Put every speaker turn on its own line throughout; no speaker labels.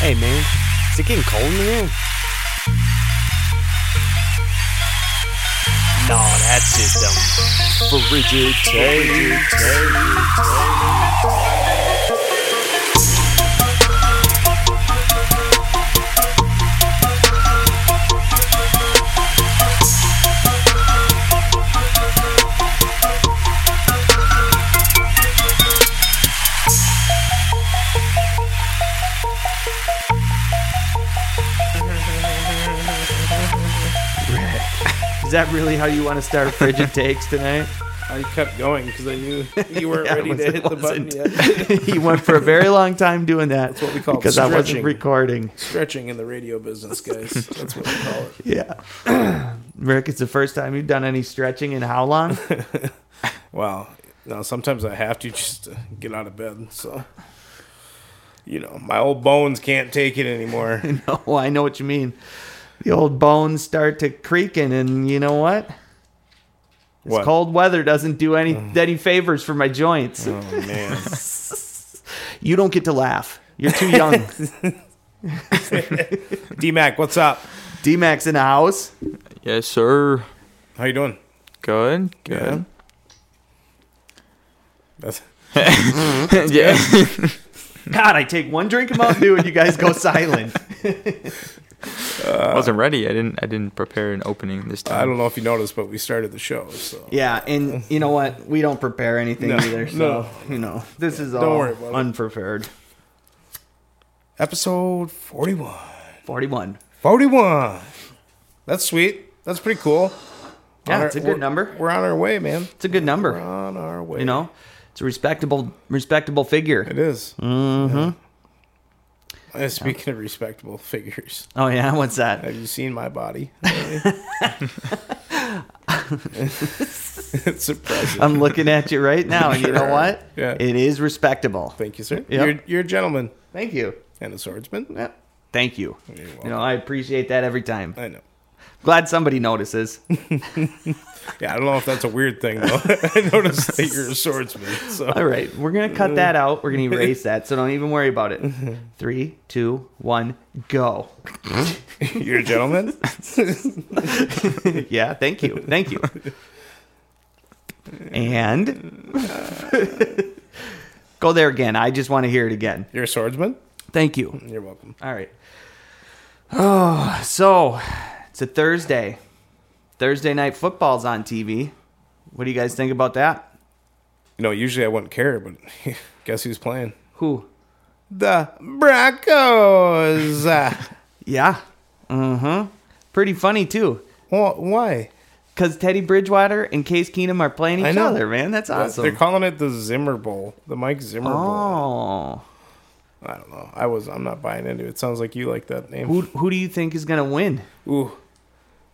Hey man, is it getting cold in here? No, that's just um frigid
Is that really how you want to start frigid takes tonight?
I kept going because I knew you weren't
Yeah, it
ready to
wasn't-
hit the button
wasn't.
yet.
you went for a very long time doing that. That's
what we call
because I wasn't
Oh, stretching.
recording.
Stretching in the radio business, guys. That's what we call it.
Yeah, Rick, it's the first time you've done any stretching in how long?
Wow. Now sometimes I have to just to get out of bed. So, you know, my old bones can't take it anymore.
no, I know what you mean. The old bones start to creaking, and you know what? This
What? Mm.
cold weather doesn't do any any favors for my joints.
Oh man.
You don't get to laugh. You're too young.
D Mac, what's up?
D Max in the house.
Yes, sir.
How you doing?
Good.
Yeah.
Good.
That's
Yeah.
God, I take one drink of Mountain Dew and you guys go silent.
I wasn't ready. I didn't. I didn't prepare an opening this time.
I don't know if you noticed, but we started the show. So
Yeah, and you know what? We don't prepare anything
No,
either. So
no.
you know, this is
Don't
all
worry about it.
unprepared.
episode forty-one.
Forty-one.
Forty-one. That's sweet. That's pretty cool. On
Yeah,
our-
it's a
we're-
good number.
We're on our way, man.
It's a good
We're
number.
on our way.
You know, it's a respectable, respectable figure.
It is.
Mm-hmm.
Yeah. Uh, speaking of respectable figures,
Oh yeah, what's that?
have you seen my body? it's impressive.
I'm looking at you right now, and you know what?
Yeah.
It is respectable.
Thank you, sir.
Yep.
You're, you're a gentleman
Thank you.
and a swordsman.
Yeah. Thank you.
You're welcome.
You know, I appreciate that every time.
I know.
Glad somebody notices.
Yeah, I don't know if that's a weird thing though. I noticed that you're a swordsman.
All
So
right, we're gonna cut that out. We're gonna erase that, so don't even worry about it. Three, two, one, go.
you're a gentleman.
yeah, thank you. Thank you. And go there again. I just want to hear it again.
You're a swordsman.
Thank you.
You're welcome.
All right. Oh, so it's a Thursday. Thursday night football's on TV. What do you guys think about that?
You know, usually I wouldn't care, but guess who's playing?
Who?
The Uh, Broncos.
Yeah. Mm-hmm. Pretty funny too.
Wh- Why?
Because Teddy Bridgewater and Case Keenum are playing
I
each
know.
other, man. That's awesome.
They're calling it the Zimmer Bowl, the Mike Zimmer Bowl.
oh.
I don't know. I was. I'm not buying into it. Sounds like you like that name.
Who, who do you think is going to win?
Ooh.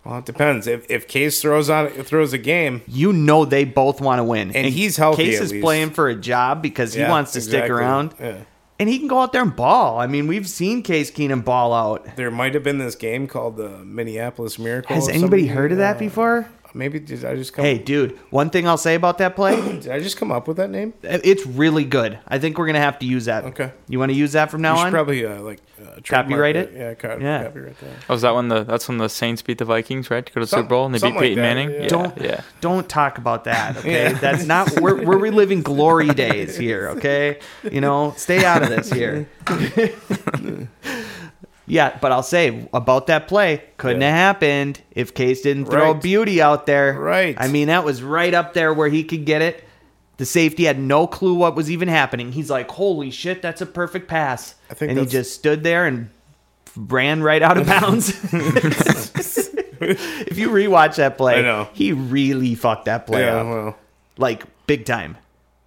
Well, it depends. If if Case throws out throws a game,
you know they both want to win.
And he's healthy,
Case
at
is
least.
playing for a job because he
yeah,
wants to stick
exactly.
around,
Yeah.
and he can go out there and ball. I mean, we've seen Case Keenum ball out.
There might have been this game called the Minneapolis Miracle.
Has
or
anybody
something.
heard of that
Uh,
before?
Maybe did I just come?
Hey, dude. One thing I'll say about that play,
did I just come up with that name?
it's really good. I think we're gonna have to use that.
Okay.
You want to use that from now
You
on?
should probably uh, like uh, trademark
Copyright it?
Yeah, co-
Yeah.
copyright that.
Oh, is that when the? That's when the Saints beat the Vikings, right? To go to the
Some-
Super Bowl and they beat
something like that,
Peyton Manning.
yeah.
Yeah.
don't
Yeah.
don't talk about that. Okay, that's not. We're we're reliving glory days here. Okay, you know, stay out of this here. yeah, but I'll say about that play couldn't
Yeah.
have happened if Case didn't throw a
Right.
beauty out there.
Right.
I mean, that was right up there where he could get it. The safety had no clue what was even happening. He's like, "Holy shit, that's a perfect pass!"
I think
and he
that's-
just stood there and ran right out of bounds. if you rewatch that play,
I know.
he really fucked that play
yeah,
up.
well,
Like big time.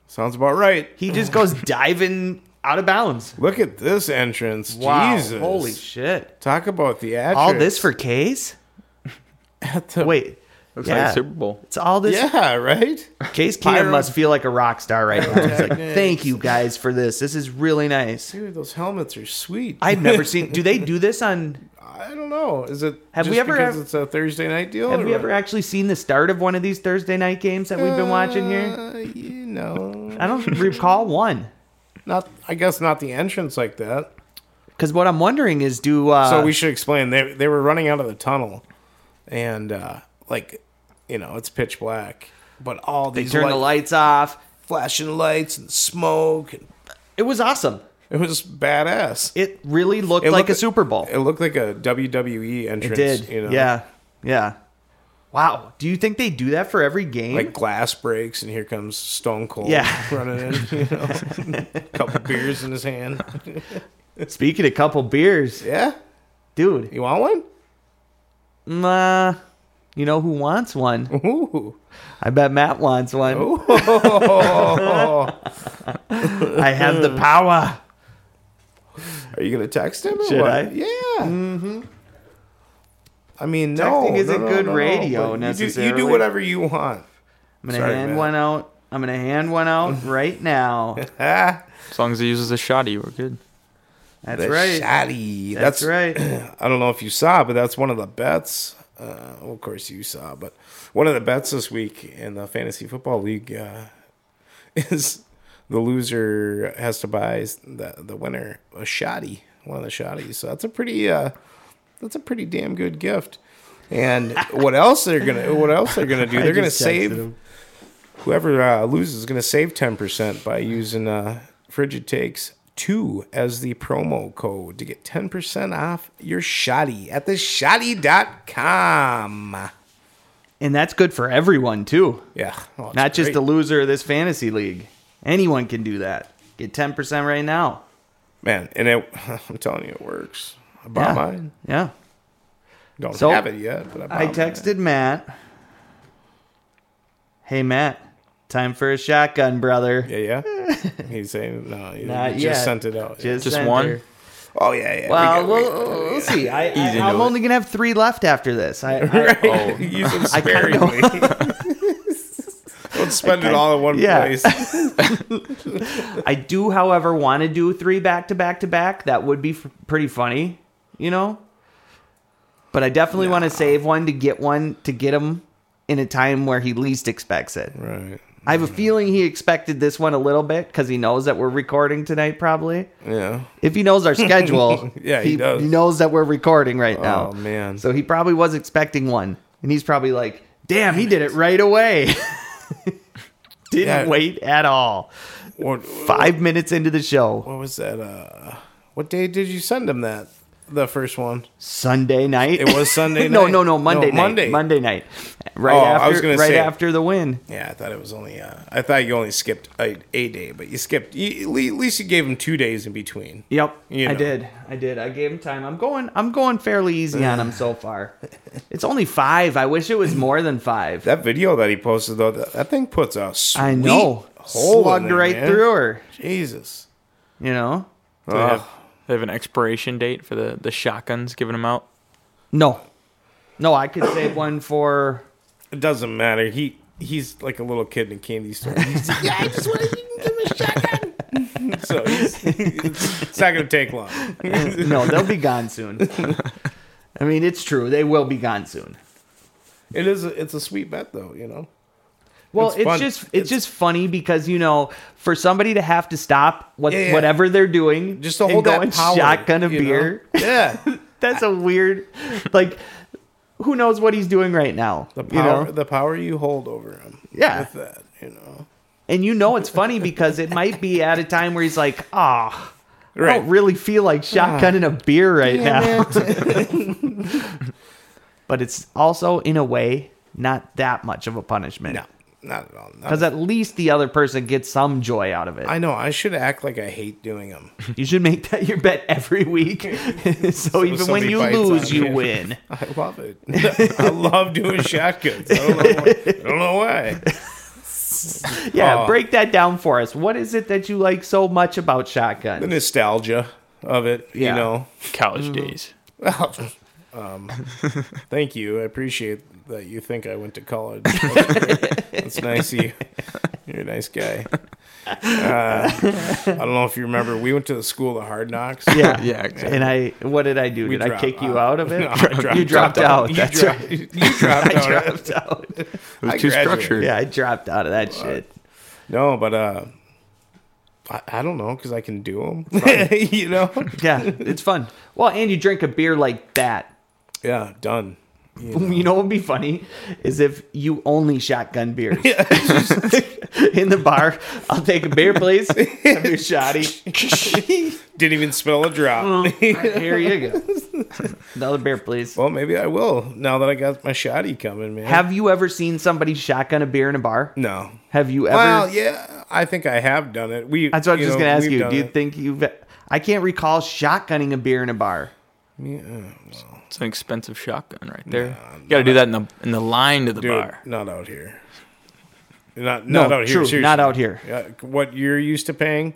sounds about right.
He just goes diving out of bounds.
Look at this entrance.
Wow.
Jesus.
Holy shit.
Talk about the action.
All this for Case? Wait.
Looks
yeah.
like the Super Bowl.
It's all this.
Yeah, right?
Case Keenum
Pyro-
must feel like a rock star right now. He's like, thank you guys for this. This is really nice.
Dude, those helmets are sweet. I,
I've never seen. Do they do this on?
don't know. Is it
Have
just
we ever
because
have-
it's a Thursday night deal?
Have we
or-
ever actually seen the start of one of these Thursday night games that we've been watching here?
Uh, you know. Uh.
I don't recall one.
Not I guess not the entrance like that.
Because what I'm wondering is, do uh,
so we should explain they they were running out of the tunnel, and uh, like you know it's pitch black, but all
they
these
turn the
light-
lights off?
flashing lights and smoke. And
It was awesome.
it was badass.
It really looked
It
like
looked-
a Super Bowl.
It looked like a WWE entrance.
It did.
you know,
Yeah. Yeah. Wow. Do you think they do that for every game?
Like glass breaks, and here comes Stone Cold
Yeah.
running in. You know, couple beers in his hand.
Speaking a couple beers,
Yeah,
dude.
you want one?
mm, uh, you know who wants one?
Ooh.
I bet Matt wants one.
Oh.
I have the power.
Are you gonna text him? Or
Should
what?
I?
Yeah. Mm-hmm. I mean, no,
Texting isn't
no, no,
good
no, no,
radio
but you do- You do,
necessarily.
whatever you want.
I'm gonna
Sorry,
hand
Matt.
one out. I'm gonna hand one out right now.
Ah,
As long as he uses a shoddy, we're good.
That's
the
right.
shoddy.
That's,
That's,
right.
I don't know if you saw, but that's one of the bets. Uh, well, of course, you saw, but one of the bets this week in the fantasy football league uh, is the loser has to buy the the winner a shoddy, one of the shotties. So that's a pretty uh, that's a pretty damn good gift. And what else they're gonna what else they're gonna do? They're gonna
just texted
save
him.
whoever uh, loses is gonna save ten percent by using uh, frigid takes two as the promo code to get ten percent off your shoddy at the shoddy.com.
And that's good for everyone too.
Yeah, Oh, it's
Not just
great.
the loser of this fantasy league. Anyone can do that. Get ten percent right now.
man, and it, I'm telling you, it works. I bought
Yeah.
mine.
Yeah.
Don't
So,
have it yet, but I, bought
I
mine.
texted Matt. Hey Matt, time for a shotgun, brother.
Yeah, yeah. He's saying no. He
Not
just
yet.
sent it out. Yeah.
Just
sent
one?
her.
Oh yeah, yeah. we
Well,
got- we
we'll,
got-
we'll, see. I, I,
into
I'm
it.
only gonna have three left after this. I, I
Right. Use them
oh, I kinda
sparingly. Don't spend it all in one
yeah.
place.
I do, however, want to do three back to back to back. That would be f- pretty funny, you know. But I definitely want to save one to get one to get him in a time where he least expects it.
Right.
I
Mm.
have a feeling he expected this one a little bit because he knows that we're recording tonight, probably.
Yeah.
If he knows our schedule,
Yeah, he does.
knows that we're recording right now.
Oh, man.
So he probably was expecting one, and he's probably like, "Damn, he did it right away." Didn't
Yeah.
wait at all.
What,
Five minutes into the show,
what was that? Uh, what day did you send him that? The first one.
Sunday night.
It was Sunday
no,
night.
no, no, Monday
No,
night.
Monday.
Monday night. Right
Oh, I
after,
was gonna
right
say-
after the win.
Yeah, I thought it was only. Uh, I thought you only skipped a, a day, but you skipped. You, at least you gave him two days in between.
Yep,
You
I
know.
did. I did. I gave him time. I'm going. I'm going fairly easy on him so far. It's only five. I wish it was more than five.
That video that he posted though, that, that thing puts a sweet
I know.
hole in
Slugged
there,
right
man.
through her.
Jesus.
You know.
Do they, have, they have an expiration date for the, the shotguns giving them out.
No. No, I could save one for
It doesn't matter. He he's like a little kid in a candy store. He's like, yeah, I just want to give him a shotgun. so he's, it's, it's not gonna take long.
No, they'll be gone soon. I mean, it's true. They will be gone soon.
It is. A, it's a sweet bet though. You know.
Well,
It's
it's,
fun.
just it's,
It's-
just funny because you know, for somebody to have to stop what
Yeah, yeah.
whatever they're doing
Just to hold
and go
that
and
power,
shotgun a
you know?
beer.
Yeah.
That's a weird like who knows what he's doing right now.
The
you
power.
know?
The power you hold over him.
Yeah.
With that, you know.
And you know it's funny because it might be at a time where he's like, ah, I
Right. Ah.
don't really feel like shotgunning a beer right now. but it's also, in a way, not that much of a punishment.
no. Not at all. Not
Because at least the other person gets some joy out of it.
I know. I should act like I hate doing them.
you should make that your bet every week. so, even when
somebody
you
bites on
lose, you
you.
win.
I love it. I love doing shotguns. I don't know why. I don't know why.
Yeah,
Oh.
break that down for us. What is it that you like so much about
The
shotguns?
nostalgia of it.
Yeah. Mm-hmm.
You know.
College days.
Well, um, thank you. I appreciate that you think I went to college. That's nice of you. You're a nice guy. Uh, I don't know if you remember, we went to the school of hard knocks.
Yeah.
Yeah, exactly.
And I, what did I do?
We
did I
dropped
kick you out
out.
of it?
No, I dropped-
you dropped, out.
You,
That's
dropped,
right.
you dropped
I
out.
dropped out.
It was
I
too
graduated.
structured.
Yeah, I dropped out of that shit.
No, but uh, I, I don't know because I can do them. you know?
Yeah, it's fun. Well, and you drink a beer like that.
Yeah, done. You know?
You know what would be funny is if you only shotgun beers. In the bar, I'll take a beer, please. Have your shotty.
Didn't even smell a drop.
Here you go. Another beer, please.
well, maybe I will now that I got my shoddy coming, man.
Have you ever seen somebody shotgun a beer in a bar?
no.
Have you ever?
Well, yeah, I think I have done it. We.
That's what I was
you
just
know,
gonna ask
we've
you.
done
Do you
it.
think you've? e, I can't recall shotgunning a beer in a bar.
It's an expensive shotgun right there. you got to do that in the in the line to the
Dude,
bar.
not out here. Not
No,
not out here.
true,
seriously.
not out here.
Yeah, what you're used to paying?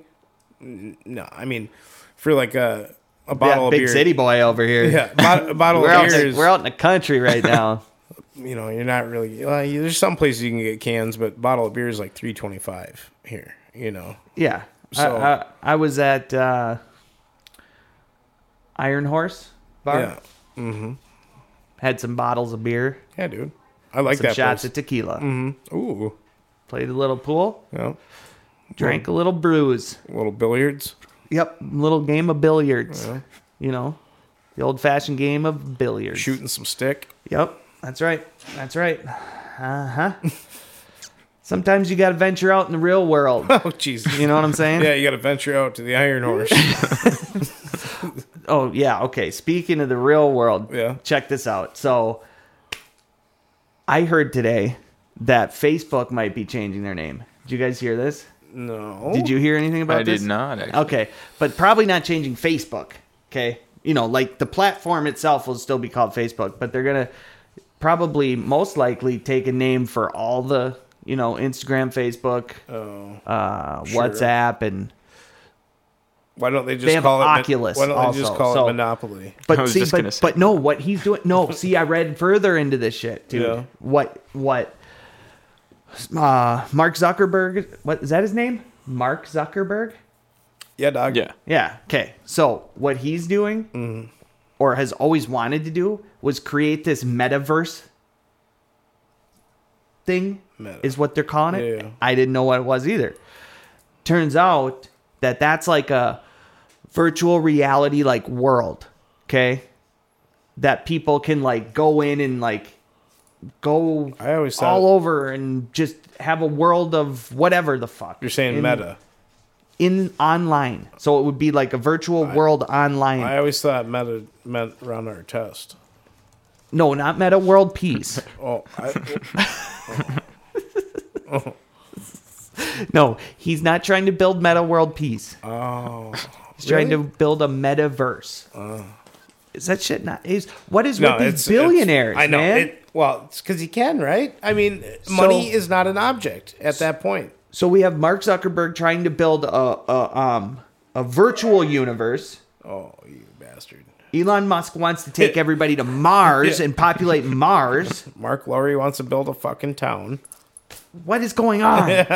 N- No, I mean, for like a a bottle
that
of
big
beer.
city boy over here.
Yeah, bo- a bottle
We're
of
out,
beer
in,
is-
we're out in the country right now.
you know, you're not really. Well, you- there's some places you can get cans, but bottle of beer is like three twenty five here. You know,
yeah.
So-
I, I, I was at uh, Iron Horse bar.
yeah,
Had some bottles of beer,
yeah, dude, I Mm-hmm. like
some
that.
shots
place.
of tequila.
Ooh,
Played a little pool,
yeah, Mm-hmm.
drank a little brews.
little billiards.
Yep, little game of billiards. You know, the old fashioned game of billiards.
shooting some stick.
Yep, that's right. That's right. Uh huh. Sometimes you got to venture out in the real world.
Oh, Jesus.
You know what I'm saying?
Yeah, you got to venture out to the Iron Horse.
Oh, yeah. Okay. Speaking of the real world,
Yeah.
check this out. So I heard today that Facebook might be changing their name. Did you guys hear this?
no,
Did you hear anything about
I
this?
did not. Actually.
Okay. But probably not changing Facebook. Okay. You know, like the platform itself will still be called Facebook, but they're going to probably most likely take a name for all the, you know, Instagram, Facebook,
Oh,
uh,
sure.
WhatsApp, and.
why don't they just
They have
call it Mon-
Oculus
Why don't they just
also,
call
so-
it Monopoly?
But
I was
see,
just
but,
gonna say-
but no, what he's doing? No, see, I read further into this shit, dude.
Yeah.
What what? Uh, Mark Zuckerberg. What is that his name? Mark Zuckerberg.
Yeah, dog.
Yeah.
Yeah. Okay. So what he's doing,
Mm-hmm.
or has always wanted to do, was create this metaverse thing.
Meta.
Is what they're calling it.
Yeah.
I didn't know what it was either. Turns out that that's like a virtual reality like world. Okay. That people can like go in and like go
I always thought-
all over and just have a world of whatever the fuck.
You're saying
And-
Meta.
in online. So it would be like a virtual world online.
I always thought Meta meant run our test.
no, not meta world peace.
Oh, I,
no, he's not trying to build meta world peace.
oh. Uh.
He's trying to build a metaverse. Is that shit not is what is with these
it's-
billionaires?
it's- I know.
man?
It, well, it's because he can, right? I mean, money is not an object at that point.
so we have Mark Zuckerberg trying to build a, a um a virtual universe.
Oh, you bastard!
Elon Musk wants to take everybody to Mars and populate Mars.
Mark Lowry wants to build a fucking town.
What is going on?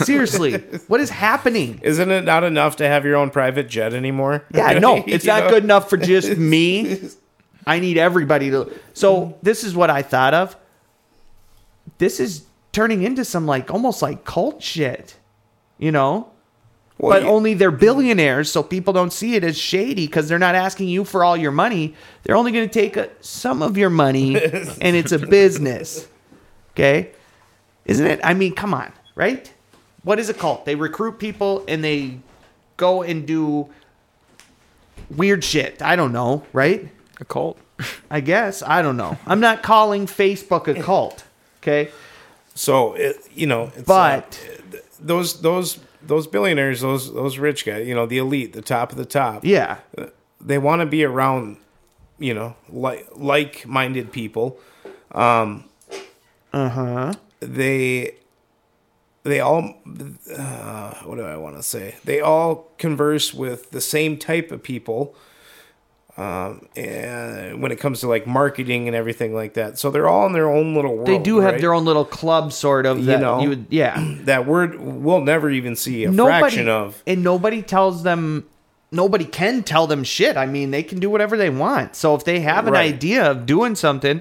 Seriously, what is happening?
Isn't it not enough to have your own private jet anymore?
Yeah, no, it's
You
not
know?
good enough for just me. I need everybody to. So this is what I thought of. This is turning into some like almost like cult shit, you know.
Well,
but
you-
only they're billionaires, so people don't see it as shady because they're not asking you for all your money. They're only going to take a, some of your money, and it's a business. Okay, isn't it? I mean, come on, right? What is a cult? They recruit people and they go and do weird shit. I don't know, right?
A cult.
I guess. I don't know. I'm not calling Facebook a cult. Okay.
So it, you know, it's, uh,
But-
those those those billionaires, those those rich guys, you know, the elite, the top of the top.
Yeah.
they want to be around you know like like-minded people um uh-huh they they all uh, what do i want to say they all converse with the same type of people um and when it comes to like marketing and everything like that so they're all in their own little world
They do have
right?
their own little club, sort of. That you
know.
would, yeah.
that word we'll never even see a fraction of
and nobody tells them nobody can tell them shit i mean they can do whatever they want so if they have an
Right.
idea of doing something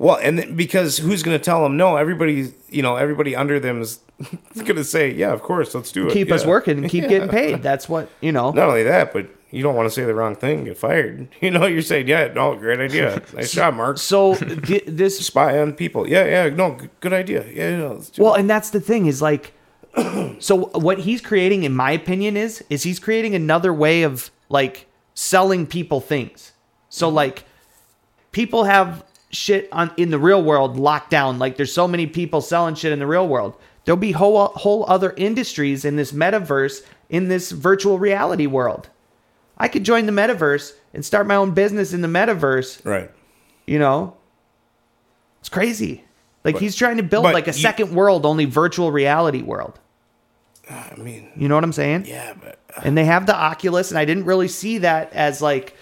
Well, and th- because who's going to tell them no? Everybody, you know, everybody under them is was gonna say, yeah, of course, let's do it.
Keep us
yeah.
working, keep getting paid. That's what you know.
Not only that, but you don't want to say the wrong thing, get fired. You know, you're saying, yeah, no, great idea, nice job, Mark.
So thi- this
Spy on people. Yeah, yeah, no, g- good idea. Yeah, yeah, let's do
Well,
it.
and that's the thing is like, so what he's creating, in my opinion, is is he's creating another way of like selling people things. So like, people have shit on in the real world locked down. Like, there's so many people selling shit in the real world. There'll be whole uh, whole other industries in this metaverse, in this virtual reality world. I could join the metaverse and start my own business in the metaverse.
Right.
You know, it's crazy. Like he's trying to build
but
like a
you-
second world, only virtual reality world.
I mean,
You know what I'm saying?
yeah, but uh,
And they have the Oculus, and I didn't really see that as like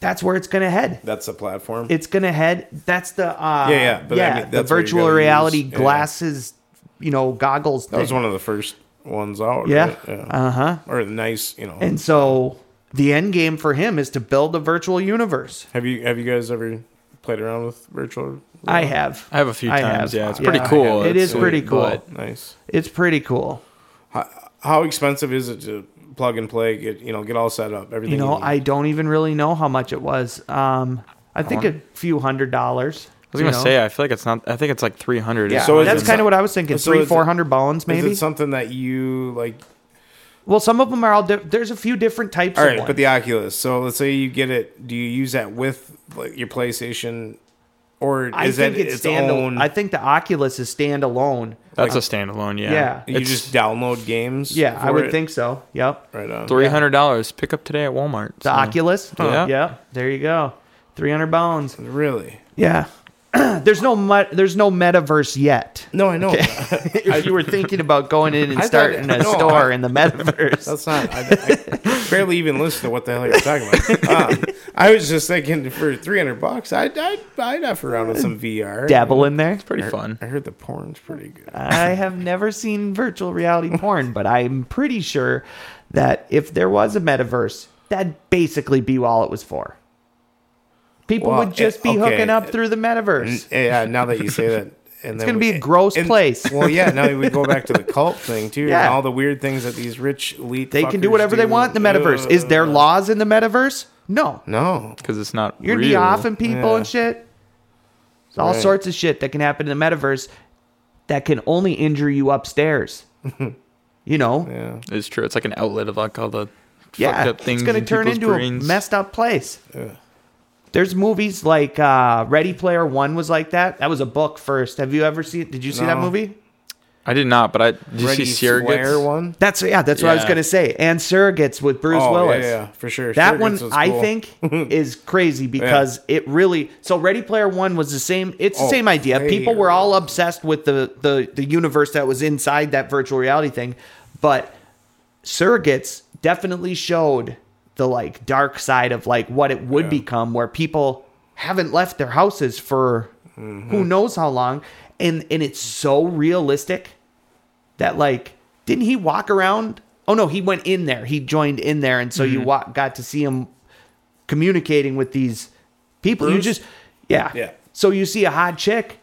that's where it's gonna head.
that's the platform.
It's gonna head. That's the uh,
Yeah, yeah, but I
the
mean, that's what you're
virtual
gonna
reality
use, yeah.
glasses, you know, goggles.
that was
thing.
one of the first ones out.
Yeah.
right?
Uh huh.
Or the nice, you know.
And so the end game for him is to build a virtual universe.
have you have you guys ever played around with virtual?
I have.
I have a few
I
times.
have.
Yeah, it's pretty
Yeah.
cool.
It
It's
is pretty
sweet,
cool.
but
Nice.
It's pretty cool.
How expensive is it to plug and play? Get you know, get all set up. Everything.
You know,
need?
I don't even really know how much it was. Um, I think a few hundred dollars.
I was gonna say, I feel like it's not. I think it's like three hundred.
yeah,
so is
that's
it
kind
some-
of what I was thinking.
so
three,
is it-
four hundred bones,
Is
maybe.
it something that you like?
well, some of them are all. Di- there's a few different types.
All
of
right,
one.
but the Oculus. So let's say you get it. Do you use that with like your PlayStation, or
I
is
think
that
it's
its,
standalone.
own?
I think the Oculus is standalone.
that's a standalone. Yeah,
Yeah.
you just download games.
Yeah, I
for
would
it?
think so. Yep.
Right on.
three hundred dollars. Pick up today at Walmart.
The
Hmm.
Oculus.
Yeah.
Yep. There you go. Three hundred bones.
Really?
Yeah. there's no mu- there's no metaverse yet.
No, I know.
If you were thinking about going in and
I thought-
starting a
no, I-
store in the metaverse,
That's not. I, I barely even listen to what the hell you're talking about. Um, I was just thinking for 300 bucks, I'd I'd, I'd f around with some VR.
dabble in there.
pretty
I
fun.
heard the porn's pretty good.
I have never seen virtual reality porn, but I'm pretty sure that if there was a metaverse, that'd basically be all it was for. People
Well,
would just
it-
be
okay,
hooking up
it-
through the metaverse.
Yeah, now that you say that. And it's
gonna be a gross place.
Well, yeah. Now we go back to the cult thing too,
Yeah.
and all the weird things that these rich elite
They can do
fuckers
whatever they want in the metaverse. Is there
Uh,
laws in the metaverse? No.
No,
because it's not
You're gonna
real.
be offing people
Yeah.
and shit. It's all
Right.
sorts of shit that can happen in the metaverse that can only injure you upstairs. you know?
yeah,
It's true. It's like an outlet of like all the
yeah,
fucked up things.
it's going
in
to turn
people's
into
brains.
a messed up place. There's movies like uh, Ready Player One was like that. That was a book first. Have you ever seen? Did you see that
No.
movie?
I did not, but I did you see
Square
surrogates.
one.
That's yeah. That's what I was
Yeah.
going to say. And Surrogates with Bruce
Oh, yeah,
Willis.
yeah, for sure.
That
Surrogates
one
was
I
cool.
think is crazy because it really so Ready Player One was the same it's the
Oh,
same idea. People
player.
were all obsessed with the, the the universe that was inside that virtual reality thing, but surrogates definitely showed the like dark side of like what it would become where people haven't left their houses for
Mm-hmm.
who knows how long and and it's so realistic that like didn't he walk around oh no he went in there he joined in there and so you wa- got to see him communicating with these people you
Bruce?
just yeah
Yeah.
so you see a hot chick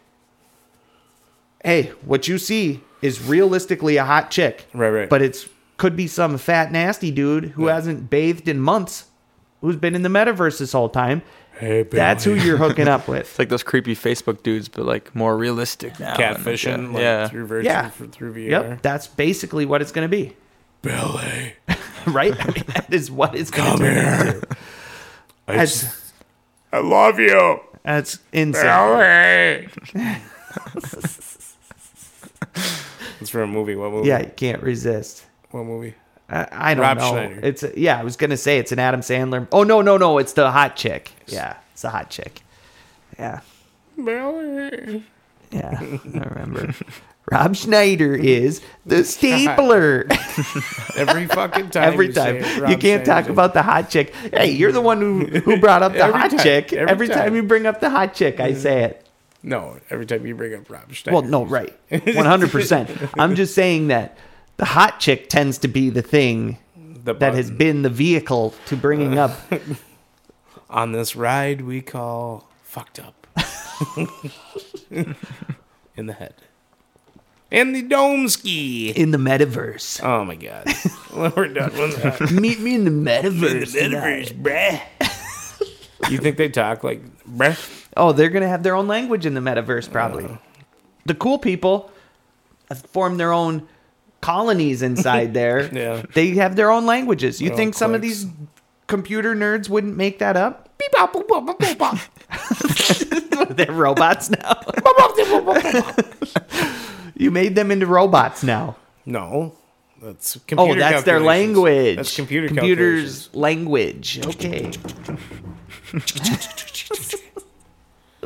hey what you see is realistically a hot chick
Right, right.
but it's could be some fat nasty dude who hasn't bathed in months who's been in the metaverse this whole time
Hey,
that's who you're hooking up with
It's like those creepy Facebook dudes, but like more realistic now. and, like,
catfishing, like,
yeah.
through virtual,
Yeah.
through VR.
yep that's basically what it's going to be
Billy,
right I mean, that is what it's going to
come
turn
here. I,
That's-
s- I love you,
That's insane.
Billy. it's from a movie. What movie?
Yeah, you can't resist.
What movie?
I, I don't
Rob
know.
Schneider.
It's a, yeah. I was gonna say it's an Adam Sandler. Oh no, no, no! It's the hot chick. Yeah, it's the hot chick. Yeah,
Billy.
yeah. I remember. Rob Schneider is the stapler.
Every fucking time.
Every
you
time
say it, Rob
you can't talk
Sanders.
about the hot chick. Hey, you're the one who, who brought up the
Every
hot
time,
chick. Every,
every
time.
time.
you bring up the hot chick, I say it.
No, every time you bring up Rob Schneider.
Well, no, right, one hundred percent. I'm just saying that the hot chick tends to be the thing
The
that has
button.
been the vehicle to bringing up.
on this ride we call fucked up in the head. and the dome ski.
in the metaverse.
Oh my god, we're done with that.
Meet me in the metaverse. tonight.
bruh. you think they talk like bruh?
Oh, they're gonna have their own language in the metaverse, probably. the cool people have formed their own colonies inside there.
Yeah. Oh,
They have their own languages. You
own
think some of
cliques.
these computer nerds wouldn't make that up?
Beep, bop, boop, bop, boop, bop,
They're robots now.
bop, bop, bop, bop, bop, bop.
You made them into robots now.
No, that's
Oh,
computer
that's their
calculations.
language.
That's computer calculations.
computers language. Okay.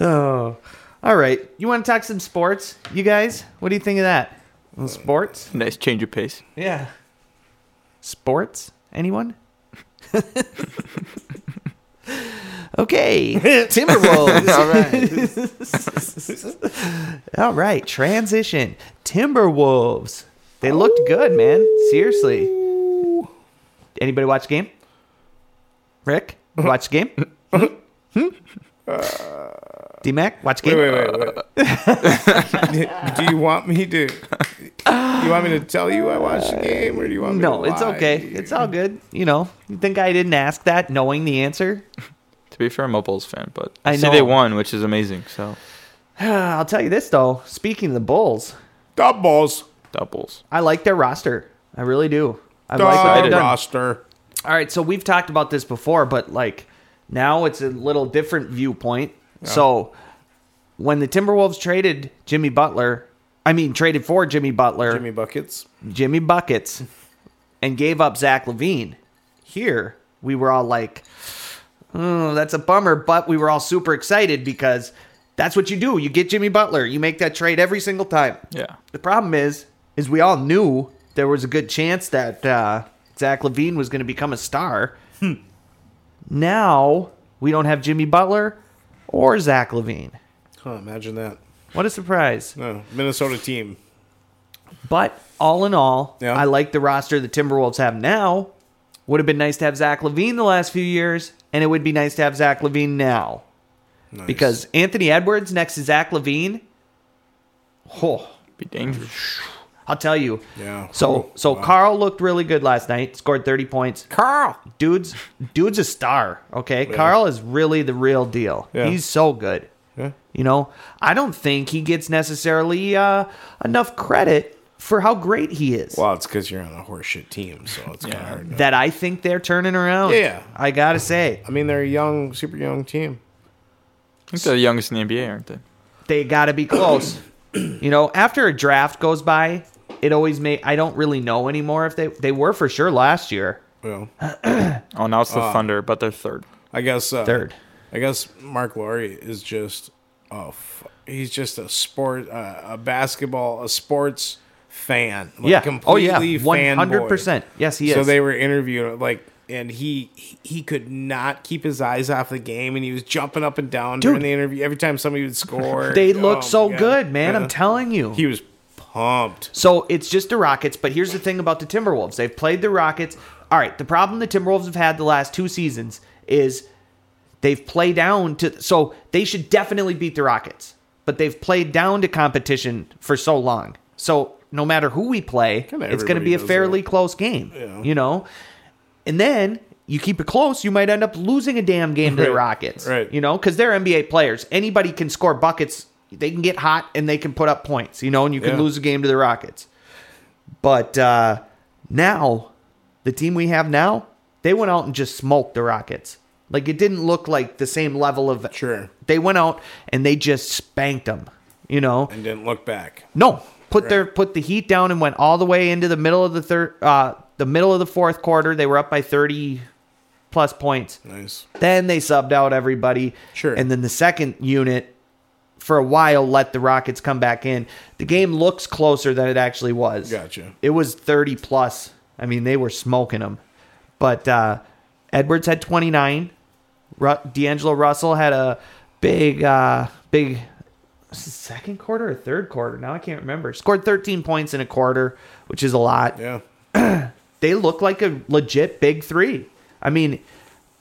oh, all right. You want to talk some sports, you guys? What do you think of that? Well, Sports?
Nice change of pace.
Yeah. Sports? Anyone? okay. Timberwolves. all right. all right. Transition. Timberwolves. They looked good, man. Seriously. Anybody watch the game? Rick, you watch the game? D Mac, watch the
Wait,
game.
wait, wait, wait. do you want me to? Do you want me to tell you I watched the game, or do you want me?
No,
to
it's
lie?
okay. It's all good. You know, you think I didn't ask that knowing the answer?
To be fair, I'm a Bulls fan, but
I
I see
know.
they won, which is amazing. So,
Uh, I'll tell you this though. Speaking of the Bulls,
Dub balls.
doubles.
I like their roster. I really do. I like what
Dub
they've done.
roster.
All right, so we've talked about this before, but like now it's a little different viewpoint. So when the Timberwolves traded Jimmy Butler, I mean traded for Jimmy Butler,
Jimmy buckets.
Jimmy buckets and gave up Zach Levine. Here, we were all like, oh, that's a bummer, but we were all super excited because that's what you do. You get Jimmy Butler, you make that trade every single time.
Yeah.
The problem is, is we all knew there was a good chance that uh, Zach Levine was going to become a star.
Hmm.
Now we don't have Jimmy Butler or Zach Levine.
Huh, imagine that.
What a surprise!
No, Minnesota team.
But all in all,
Yeah.
I like the roster the Timberwolves have now. Would have been nice to have Zach Levine the last few years, and it would be nice to have Zach Levine now.
Nice.
Because Anthony Edwards next to Zach Levine, oh,
Be dangerous.
I'll tell you.
Yeah.
So
Oh,
so
wow.
Carl looked really good last night, scored 30 points.
Carl.
Dude's dude's a star, okay? Carl is really the real deal.
Yeah.
He's so good.
Yeah.
You know, I don't think he gets necessarily uh, enough credit for how great he is.
Well, it's because you're on a horseshit team, so it's kind of
Yeah.
hard. to-
that I think they're turning around.
Yeah.
I gotta say,
I mean, they're a young, super young team.
I think they're the youngest in the NBA, aren't they?
they gotta be close. you know, after a draft goes by, it always may. I don't really know anymore if they they were for sure last year
Well,
Oh, now it's
Ah.
the Thunder, but they're third.
I guess uh,
third.
I guess Mark Laurie is just a f- he's just a sport, uh, a basketball, a sports fan. Like,
yeah. Oh
completely
yeah.
fanboy.
One hundred percent. Yes, he is.
So they were interviewing like, and he he could not keep his eyes off the game, and he was jumping up and down during
Dude.
the interview. Every time somebody would score,
They
Oh,
look
my
so
God.
good, man.
Yeah.
I'm telling you.
He was pumped.
So it's just the Rockets, but here's the thing about the Timberwolves. They've played the Rockets. All right, the problem the Timberwolves have had the last two seasons is they've played down to so they should definitely beat the Rockets, but they've played down to competition for so long. So no matter who we play,
Kinda
it's going to be
everybody
a
does
fairly close game,
Yeah.
you know? And then you keep it close, you might end up losing a damn game to the
Right,
Rockets.
right.
You know, because they're NBA players. Anybody can score buckets. They can get hot and they can put up points, you know, and you can
Yeah.
lose a game to the Rockets. But uh, now, the team we have now, they went out and just smoked the Rockets. Like it didn't look like the same level of.
Sure.
They went out and they just spanked them, you know.
And didn't look back.
No, put their put the heat down and went all the way into the middle of the third, uh, the middle of the fourth quarter. They were up by thirty plus points.
Nice.
Then they subbed out everybody.
Sure.
And then the second unit, for a while, let the Rockets come back in. The game looks closer than it actually was.
Gotcha.
It was 30 plus. I mean, they were smoking them. But uh, Edwards had 29. Ru- D'Angelo Russell had a big, uh, big second quarter or third quarter. Now I can't remember. Scored 13 points in a quarter, which is a lot
Yeah.
they look like a legit big three. I mean,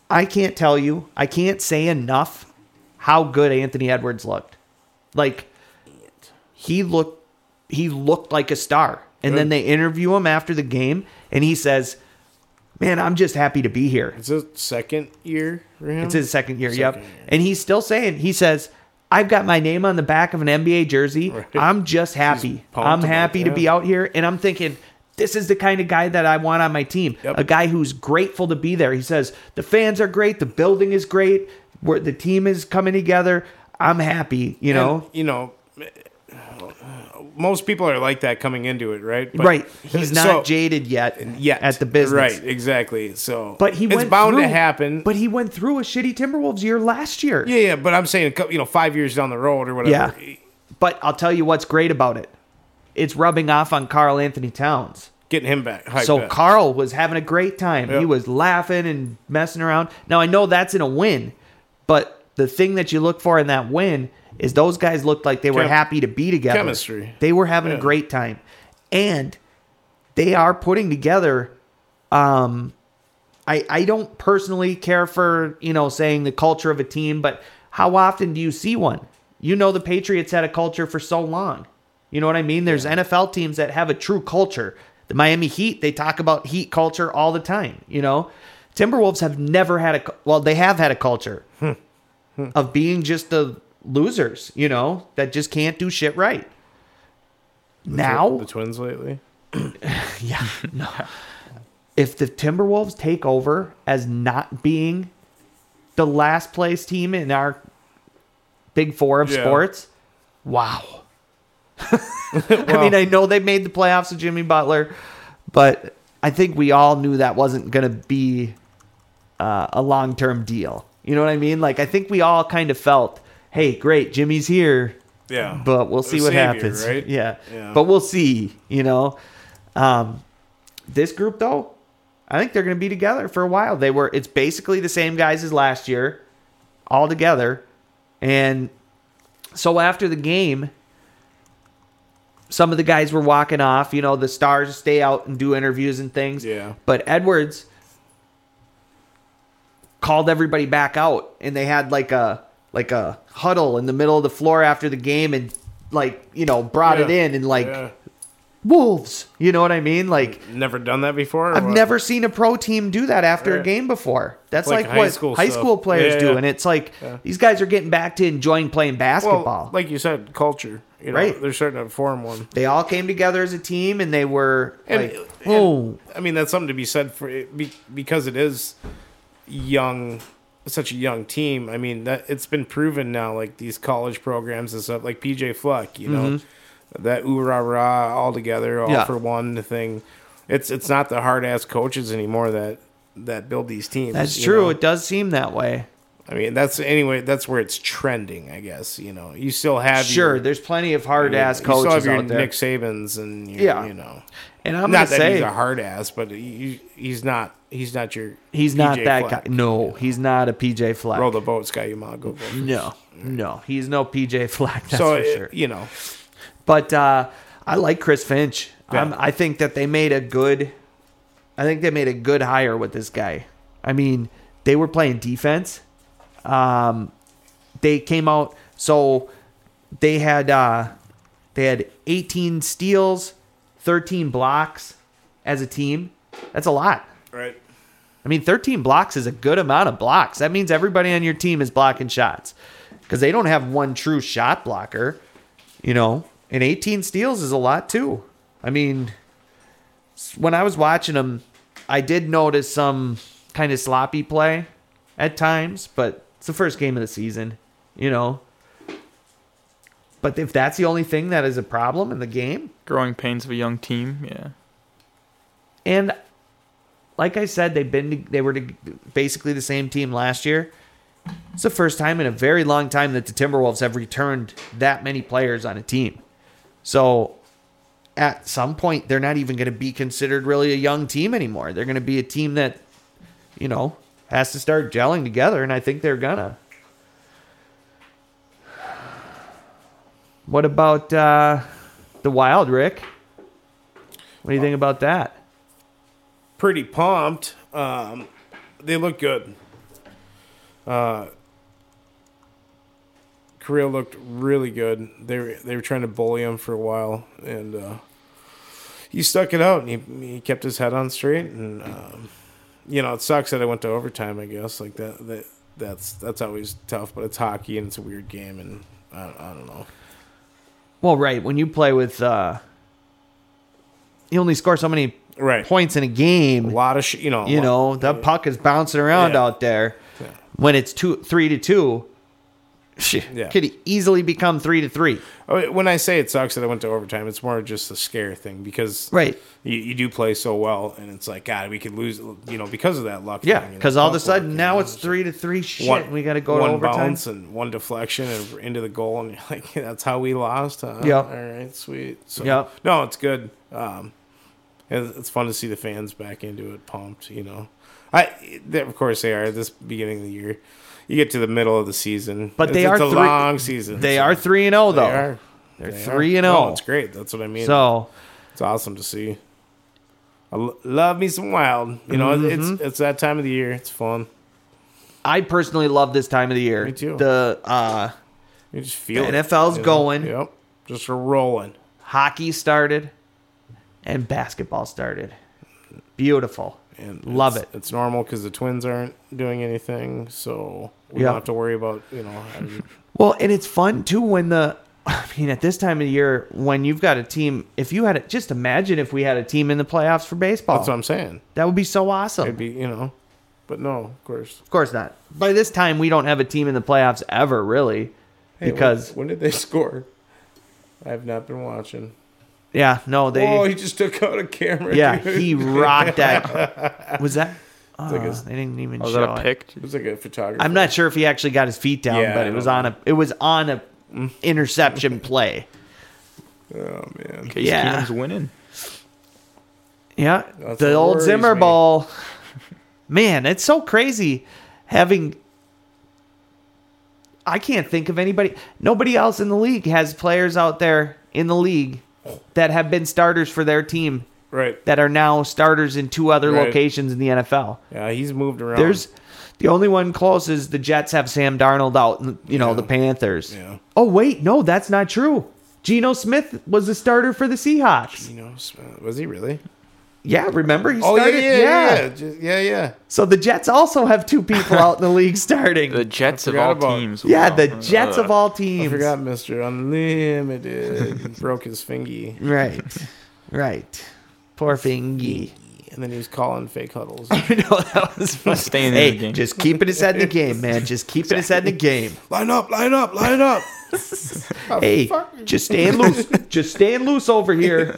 I can't tell you, I can't say enough how good Anthony Edwards looked. Like, he looked he looked like a star. And then they interview him after the game, and he says, "Man, I'm just happy to be here."
It's his second year for him.
It's his second year. yep.
Second year.
And he's still saying, he says, I've got my name on the back of an NBA jersey. I'm just happy.
pumped
I'm
about
happy to
that.
be out here. And I'm thinking, this is the kind of guy that I want on my team.
Yep.
A guy who's grateful to be there. He says, the fans are great. The building is great. Where the team is coming together. I'm happy, you
And,
know?
you know, most people are like that coming into it, right? But-
right. He's not
so-
jaded yet,
yet
at the business.
Right, exactly. So,
But he
it's
went
bound to
through-
happen.
But he went through a shitty Timberwolves year last year.
yeah, yeah. But I'm saying, a cou- you know, five years down the road or whatever.
Yeah. But I'll tell you what's great about it. It's rubbing off on Carl Anthony Towns.
getting him back. hyped
So
up.
Carl was having a great time.
Yeah.
He was laughing and messing around. Now I know that's in a win, but the thing that you look for in that win is those guys looked like they were
Chem-
happy to be together.
Chemistry.
They were having a great time. And they are putting together um I I don't personally care for, you know, saying the culture of a team, but how often do you see one? You know the Patriots had a culture for so long. You know what I mean? There's NFL teams that have a true culture. The Miami Heat, they talk about heat culture all the time, you know. Timberwolves have never had a cu- well, they have had a culture of being just the losers, you know, that just can't do shit right. Now,
the twins lately.
yeah. No. if the Timberwolves take over as not being the last place team in our big four of
Yeah.
sports, wow. I mean, I know they made the playoffs with Jimmy Butler, but I think we all knew that wasn't going to be uh, a long term deal. You know what I mean? Like, I think we all kind of felt, hey, great, Jimmy's here
Yeah,
but we'll see
The
what
savior,
happens.
Right?
Yeah.
Yeah.
But we'll see, you know. Um this group though, I think they're going to be together for a while. They were it's basically the same guys as last year all together. And so after the game, some of the guys were walking off, you know, the stars stay out and do interviews and things.
Yeah.
But Edwards called everybody back out and they had like a like a huddle in the middle of the floor after the game and like, you know, brought it
Yeah.
in and like
Yeah.
wolves. You know what I mean? Like
never done that before. or
I've
what?
never seen a pro team do that after a
Yeah.
game before. That's like,
Like high
what
school
high
stuff.
school players
Yeah,
do,
yeah.
and it's like these guys are getting back to enjoying playing
Well,
basketball.
like you said, culture. You know,
Right.
They're starting to form one.
they all came together as a team, and they were
And- uh,
like,
and-
"Oh,
I mean, that's something to be said for it be, because it is young, such a young team. I mean, that it's been proven now, like these college programs and stuff, like PJ Fleck, you know, that ooh rah rah all together, all
Mm-hmm. Yeah.
for one thing. It's it's not the hard ass coaches anymore that that build these teams.
that's
you
true."
know?
It does seem that way.
I mean, that's anyway. That's where it's trending, I guess. You know, you still have
Sure,
your,
there's plenty of hard ass
you still
coaches
have your
out there,
Nick Sabans and your,
Yeah.
you know.
and I'm not
not that
gonna say
he's a hard ass, but he, he's not. He's not your.
he's not
PJ
that
Fleck.
guy. No, he's not a PJ Fleck.
Roll the boat, Sky Umago.
no, no, he's no PJ Fleck. That's
so uh,
for
it-
sure.
you know,
But uh, I like Chris Finch.
Yeah.
Um, I think that they made a good. I think they made a good hire with this guy. I mean, they were playing defense. Um, they came out so they had uh, they had 18 steals, 13 blocks as a team. That's a lot.
right?
I mean, 13 blocks is a good amount of blocks. That means everybody on your team is blocking shots because they don't have one true shot blocker, you know. And 18 steals is a lot too. I mean, s- when I was watching them, I did notice some kind of sloppy play at times, but it's the first game of the season, you know. But if that's the only thing that is a problem in the game,
Growing pains of a young team. Yeah.
and like I said, they've been they were basically the same team last year. It's the first time in a very long time that the Timberwolves have returned that many players on a team. So at some point, they're not even going to be considered really a young team anymore. They're going to be a team that, you know, has to start gelling together, and I think they're gonna. What about uh, the Wild, Rick? What do you think about that?
Pretty pumped. Um, they look good. Uh, Korea looked really good. They were, they were trying to bully him for a while, and uh, he stuck it out and he, he kept his head on straight. And um, you know, it sucks that I went to overtime. I guess like that that that's that's always tough, but it's hockey and it's a weird game, and I, I don't know.
Well, right. When you play with, uh, you only score so many
Right,
points in a
a
game.
lot of sh- you know, a
You
lot-
know, the puck is bouncing around
Yeah.
out there.
Yeah.
When it's two, three to two,
Yeah.
could easily become three to three.
Oh, When I say it sucks that I went to overtime, it's more just the scare thing because
Right.
you, you do play so well, and it's like God, we could lose, you know, because of that luck.
Yeah,
thing and
because all of
puck
a
luck
sudden
and
now
all
it's
that
three to three. Shit,
one-
we got to go to
one
overtime.
bounce and one deflection and we're into the goal, and you're like, that's how we lost. Huh?
Yeah.
All right, sweet. So,
Yeah.
No, it's good. Um, and it's fun to see the fans back into it, pumped. You know, I they, of course they are. This beginning of the year, you get to the middle of the season,
But they
it's,
are
it's a
three-
long season.
They
so
are three and zero
They
though.
are.
They're
They are.
three and
No,
oh.
It's great. That's what I mean.
So
It's awesome to see. I lo- love me some wild. You know, it's
Mm-hmm.
it's that time of the year. It's fun.
I personally love this time of the year.
Me too.
The uh,
You just feel
The
it,
NFL's
you know?
going.
Yep, just rolling.
hockey started, and basketball started. Beautiful.
And
Love
it's-
it.
It's normal because the twins aren't doing anything, so we
Yeah.
don't have to worry about you know. having-
Well, and it's fun too when the I mean at this time of the year when you've got a team if you had a, just imagine if we had a team in the playoffs for baseball.
that's what I'm saying.
that would be so awesome.
It'd be you know, but no, of course.
Of course not. By this time we don't have a team in the playoffs ever really
Hey, when-
because
when, did they score? I've not been watching.
yeah, no they
oh, he just took out a camera.
yeah,
dude.
he rocked that. Was that
like
oh,
a-
they didn't even
Oh, is
show
that a
it.
pick?
It was like a photographer.
I'm not sure if he actually got his feet down,
Yeah,
but
I
it was
don't Mm.
on a it was on a interception play.
Oh man.
Case
Yeah.
Keenum's winning.
Yeah,
That's
the
what
old
worries
Zimmer
me.
ball. Man, it's so crazy having. I can't think of anybody. Nobody else in the league has players out there in the league that have been starters for their team
Right.
that are now starters in two other
Right. Um,
locations in the NFL.
Yeah, he's moved around.
There's the only one close is the Jets have Sam Darnold out, and you know,
Yeah.
the Panthers.
Yeah.
Oh, wait, no, that's not true. Geno Smith was the starter for the Seahawks.
you know, Smith- was he really?
Yeah, remember he
Oh yeah,
started?
yeah, yeah, yeah, Just- yeah, yeah.
So the Jets also have two people out in the league starting.
The Jets of
forgot
all
about-
teams.
yeah,
Wow.
the Jets of
Ugh.
all
I
teams.
forgot Mr. Unlimited broke his fingy.
Right, right. Poor Fingy.
And then he was calling fake huddles.
I know that was funny.
Staying in
hey,
the game.
just keeping his head in the game, man. Just keeping his head in the game.
line up, line up, line up.
Hey, just staying loose. just staying loose over here.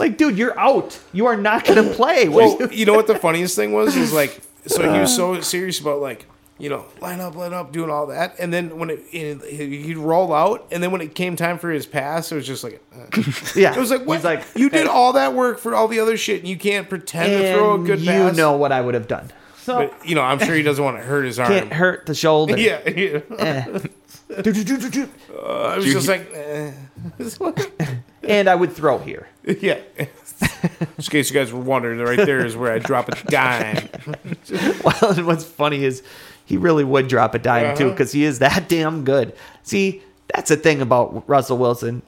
Like, dude, you're out. You are not gonna play. What
Well, you know what the funniest thing was is like, so he was so serious about like, you know, line up, line up, doing all that, and then when it, it he'd roll out, and then when it came time for his pass, it was just like, uh.
yeah,
it was like, what?
He's like,
you did
"Hey,
all that work for all the other shit, and you can't pretend to throw a
and
good
you
pass.
know what I would have done. So
but you know, I'm sure he doesn't want to hurt his arm.
can't hurt the shoulder.
Yeah, yeah.
Eh. Do, do, do, do, do.
I was just like, eh.
And I would throw here.
yeah. Just in case you guys were wondering, right there is where I drop a dime.
Well, and what's funny is he really would drop a dime too
Uh-huh.
because he is that damn good. See, that's the thing about Russell Wilson.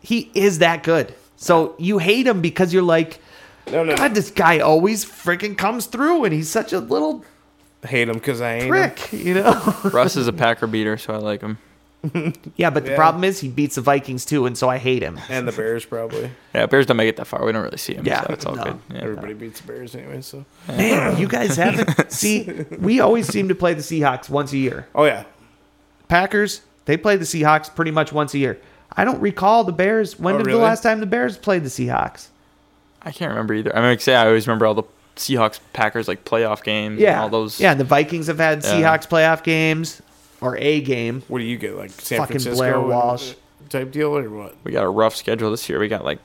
He is that good. So you hate him because you're like,
No, no,
God,
no.
this guy always freaking comes through and he's such a little
hate him because I ain't. Him.
prick, you know?
Russ is a Packer beater, so I like him.
yeah, but the
Yeah.
problem is he beats the Vikings too, and so I hate him.
And the Bears probably.
Yeah, Bears don't make it that far. We don't really see him.
Yeah,
Yeah, so it's all
no.
good. Yeah.
Everybody beats the Bears anyway. So.
Man, you guys haven't. See, we always seem to play the Seahawks once a year.
Oh yeah.
Packers, they play the Seahawks pretty much once a year. I don't recall the Bears. When
Oh,
did
really?
the last time the Bears played the Seahawks?
I can't remember either. I mean, like I say I always remember all the Seahawks Packers like playoff games.
Yeah.
and all those.
Yeah, the Vikings have had
Yeah.
Seahawks playoff games or a game.
What do you get like San
Fucking
Francisco
Blair
and-
Walsh.
type deal or what?
we got a rough schedule this year. We got like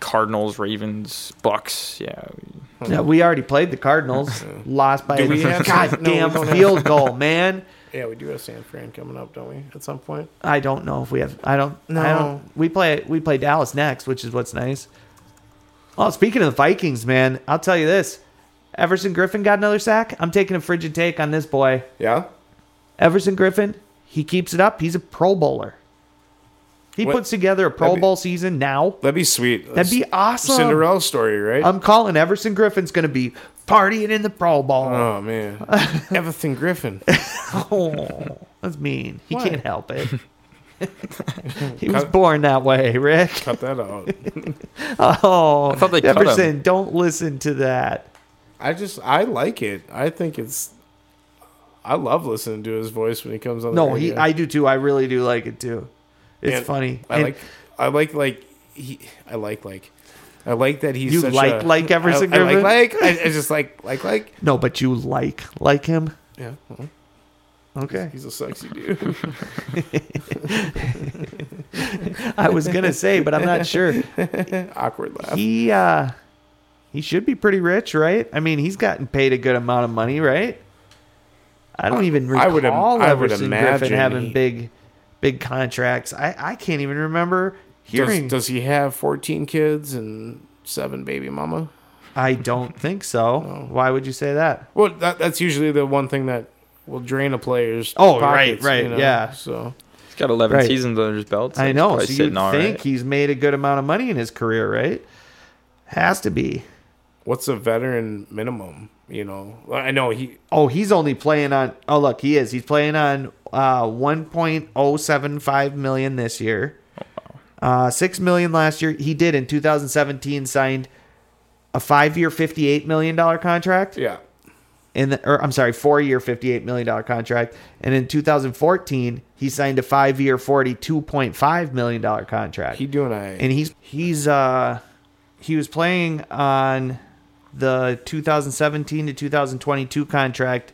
Cardinals, Ravens, Bucks. Yeah,
Yeah, we already played the Cardinals, lost by
Oh. Do
a
we have- No, we
goddamn
don't have-
field goal, man.
Yeah, we do have San Fran coming up, don't we? At some point.
I don't know if we have. I don't. I
No.
don't, we play. We play Dallas next, which is what's nice. Oh, speaking of the Vikings, man, I'll tell you this: Everson Griffin got another sack. I'm taking a frigid take on this boy.
Yeah.
Everson Griffin, He keeps it up. He's a Pro Bowler. He
What-
puts together a Pro
That'd be-
Bowl season now.
That'd be sweet.
That'd be awesome.
Cinderella story, right?
I'm calling Everson Griffin's going to be partying in the Pro Bowl.
oh man, Everton Griffin.
Oh, that's mean. He
Why?
can't help it. he was
Cut-
born that way, Rick.
Cut that out.
Oh,
thought they cut him.
Everson, don't listen to that.
I just I like it. I think it's. I love listening to his voice when he comes on. The
No, he.
radio.
I do too. I really do like it too. It's
And
funny.
I
And
like. I like like he. I like like. I like that he's.
You
such
like
a-
like Everson
I, I
Griffin?
like like. I, I just like like like.
No, but you like like him.
Yeah, well,
Okay.
he's a sexy dude.
I was gonna say, but I'm not sure.
Awkward laugh.
He uh he should be pretty rich, right? I mean, he's gotten paid a good amount of money, right? I don't even recall
I would im- I would
Everson
imagine
Griffin having
he-
big big contracts. I I can't even remember
does,
hearing.
does he have fourteen kids and seven baby mama?
I don't think so.
Oh.
Why would you say that?
Well, that, that's usually the one thing that will drain a player's.
Oh, right, right,
you
yeah.
So
He's got 11
Right.
seasons under his belt. so
I
he's
know.
probably
So you
sitting
think
all right.
he's made a good amount of money in his career, right? Has to be.
what's a veteran minimum? You know, Well, I know he.
Oh, he's only playing on. Oh, look, he is. He's playing on uh, 1.075 million this year.
Oh,
Uh, six million last year. He did in 2017 signed a five-year, 58 million dollar contract.
Yeah.
In the, or I'm sorry, four-year, 58 million dollar contract. And in 2014, he signed a five-year, 42.5 million dollar contract
He doing a
and he's he's uh he was playing on the 2017 to 2022 contract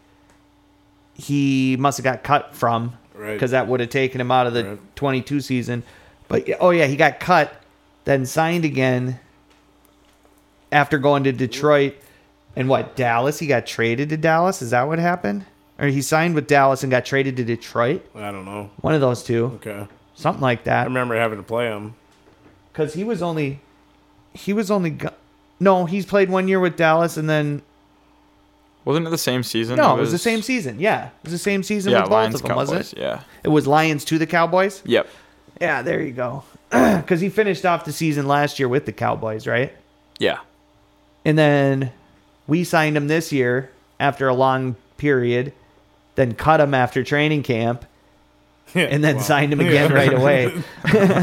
he must have got cut from
Right.
because that would have taken him out of the
Right.
22 season but yeah, oh yeah he got cut then signed again after going to detroit and what dallas he got traded to dallas is that what happened or he signed with dallas and got traded to detroit
I don't know.
one of those two
Okay.
something like
I
that
remember having to play him.
because he was only he was only go- no he's played one year with dallas and then
Wasn't it the same season?
no it was the same season yeah it was the same season
Yeah,
with both
Lions,
of them
Cowboys.
was it
Yeah.
it was lions to the cowboys
Yep.
yeah there you go because he finished off the season last year with the cowboys right
Yeah.
and then we signed him this year after a long period then cut him after training camp and then signed him again right away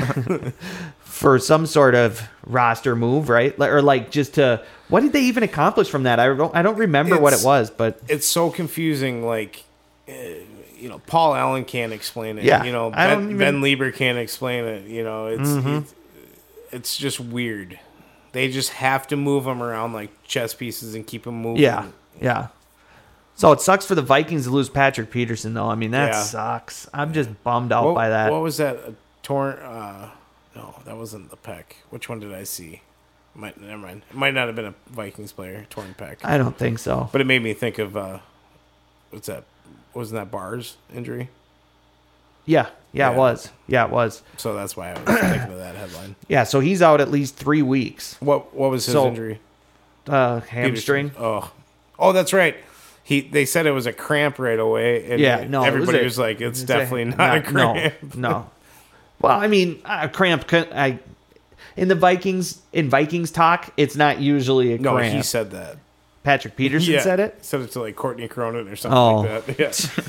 for some sort of roster move, right? Li- Or like just to what did they even accomplish from that? I don't I don't remember what it
It's-
was, but
It's so confusing. Like, uh, you know, Paul Allen can't explain it.
Yeah.
You know,
I
Ben,
don't even- Mm-hmm.
ben Lieber can't explain it. You know, it's, it's it's just weird. They just have to move him around like chess pieces and keep him moving.
yeah, yeah. So it sucks for the Vikings to lose Patrick Peterson, though. I mean that
Yeah.
sucks. I'm just bummed out
What,
by that.
What was that? A torn? Uh, no, that wasn't the peck. Which one did I see? Might never mind. It might not have been a Vikings player torn peck.
I don't think so.
But it made me think of uh, what's that? Wasn't that Barr's injury?
Yeah, yeah, it
Yeah.
was. Yeah, it was.
So that's why I was thinking of that headline.
Yeah, so he's out at least three weeks.
What what was his
So,
injury?
Uh, hamstring.
Peterson. Oh, oh, that's right. He they said it was a cramp right away. And
Yeah, no, it was
Everybody
a-
was, like, it's
It's a-
definitely not a cramp.
No, no. Well, I mean, a cramp. could- I in the Vikings in Vikings talk, it's not usually a
No,
cramp.
he said that.
Patrick Peterson
Yeah.
said it.
Said it to like Courtney Cronin or something
Oh.
like that. Yeah,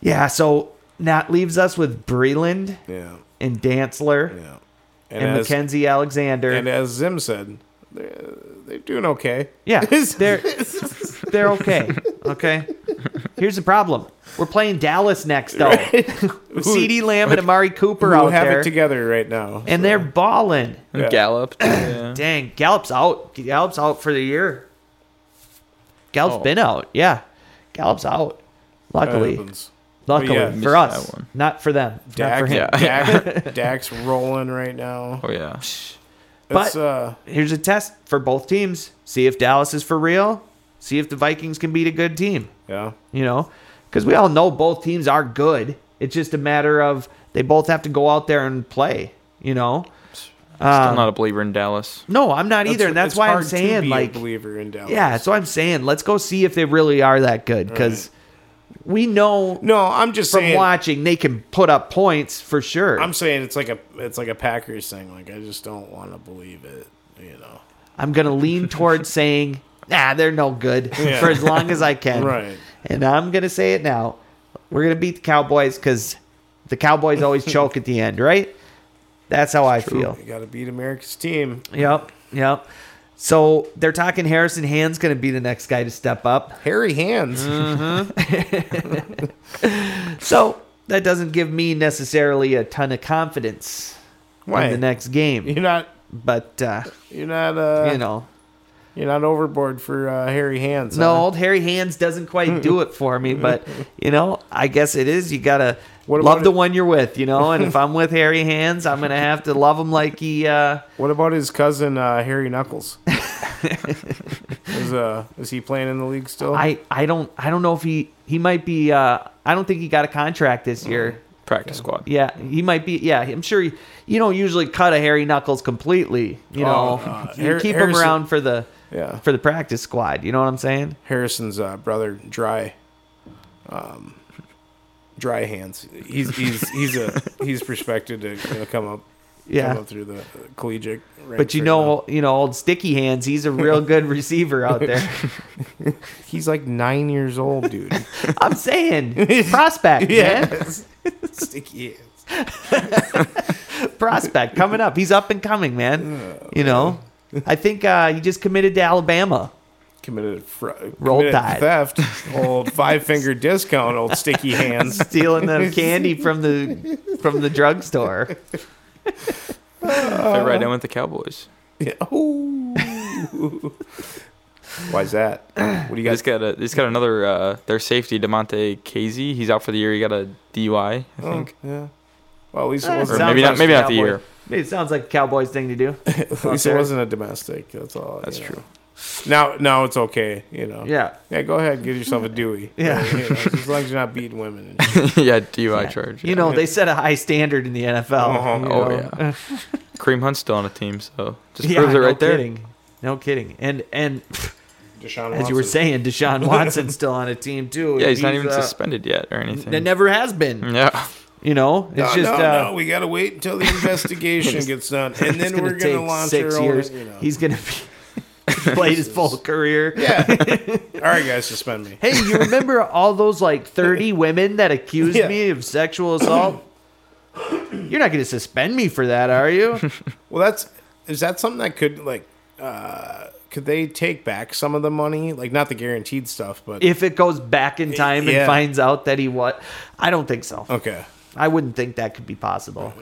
Yeah. So that leaves us with Breland
yeah,
and Dantzler
yeah.
and, Mackenzie Alexander.
And as Zim said, they're, they're doing okay.
yeah, they're they're okay. Okay. Here's the problem: we're playing Dallas next, though. With CD Lamb and Amari Cooper
We'll
out
have
there,
it together right now.
and they're balling.
And
Yeah.
Gallup. yeah.
Dang, Gallup's out. Gallup's out for the year. Gallup's
Oh.
been out. Yeah, Gallup's out.
That
Luckily,
happens.
luckily
yeah,
for
missed
us,
that one.
not for them, not for
Dak,
him.
Yeah.
Dak, Dak's rolling right now.
Oh, yeah.
It's,
But-
uh,
Here's a test for both teams. See if Dallas is for real. See if the Vikings can beat a good team.
yeah,
You know, because we all know both teams are good. It's just a matter of they both have to go out there and play. You know, Um,
Still not a believer in Dallas.
no, I'm not either, and that's
it's
why I'm
hard to be
saying
a
like
believer in Dallas.
Yeah, so I'm saying let's go see if they really are that good because We know
No, I'm just
from
saying.
watching they can put up points for sure.
I'm
I'm,
saying it's like a it's like a Packers thing. Like I just don't want to believe it. You know.
gonna lean towards saying, nah, they're no good
Yeah.
for as long as I can.
Right.
And I'm gonna say it now. We're gonna beat the Cowboys because the Cowboys always choke at the end, right? That's how I feel.
You got to beat America's team.
Yep, yep. So they're talking Harrison Hand's going to be the next guy to step up.
Hairy hands.
Mm-hmm. So that doesn't give me necessarily a ton of confidence
Why?
in the next game.
You're not.
But uh,
You're not. Uh,
you know,
You're not overboard for uh, hairy hands.
no,
huh?
old Harry Hands doesn't quite do it for me. But you know, I guess it is. You gotta
What
love
about
the
it-
one you're with, you know. And if I'm with Harry Hands, I'm gonna have to love him like he. Uh,
What about his cousin uh, Harry Knuckles? is uh is he playing in the league still?
I I don't I don't know if he he might be. Uh, I don't think he got a contract this year.
Oh.
Practice squad.
Yeah, he might be. Yeah, I'm sure he, you don't usually cut a Harry Knuckles completely. You know,
Oh, uh,
you
Har-
keep him
Harrison-
around for the
Yeah.
for the practice squad. You know what I'm saying?
Harrison's uh, brother Dry. Um, dry hands. He's he's he's a he's prospected to you know, come up.
Yeah.
Come up through the collegiate.
But
ranks
you
right
know, you know, old Sticky Hands, he's a real good receiver out there.
now. he's like nine years old, dude.
I'm saying prospect, man,
Sticky hands.
prospect coming up. He's up and coming, man. You know, I think uh, he just committed to Alabama.
Committed, fr-
Roll
committed
Tide.
theft. Old five finger discount. Old sticky hands.
Stealing the candy from the from the drugstore.
Fit right in with the Cowboys.
Yeah. Ooh. Why's that? What do you
They
guys
just got a, they just got another uh, their safety Demonte Casey. He's out for the year. He got a DUI, I
Oh,
think,
yeah. Well, at least it
Eh,
or
wasn't.
sounds
maybe
like
not. Maybe
a
not the
Cowboy.
year.
It sounds like a Cowboys thing to do.
At least it
there.
wasn't a domestic. That's all.
That's
you
true.
know. Now, now it's okay. You know.
Yeah.
Yeah. Go ahead. Give yourself a Dewey.
Yeah.
You know, as long as you're not beating women. and shit.
yeah, DUI charge.
You know, they set a high standard in the NFL.
Uh-huh.
you
Oh
know.
yeah. Kareem Hunt's still on a team, so just
Yeah,
proves it
no
right there.
Kidding. No kidding. And and
Deshaun
as you were
Watson.
saying, Deshaun Watson's still on a team too.
Yeah, he's, not even
uh,
suspended yet or anything.
That never has been.
yeah.
You know, it's
No,
just
no,
uh,
no. We gotta wait until the investigation gets done, and
it's
then
gonna
we're gonna
take
launch
six
our
years.
own. You know.
He's gonna be played his full career.
yeah. all right, guys, suspend me.
Hey, you remember all those like thirty women that accused
Yeah.
me of sexual assault? You're not going to suspend me for that, are you?
Well, that's is that something that could like uh could they take back some of the money? Like not the guaranteed stuff, but
if it goes back in time and
Yeah.
finds out that he what, I don't think so.
okay.
I wouldn't think that could be possible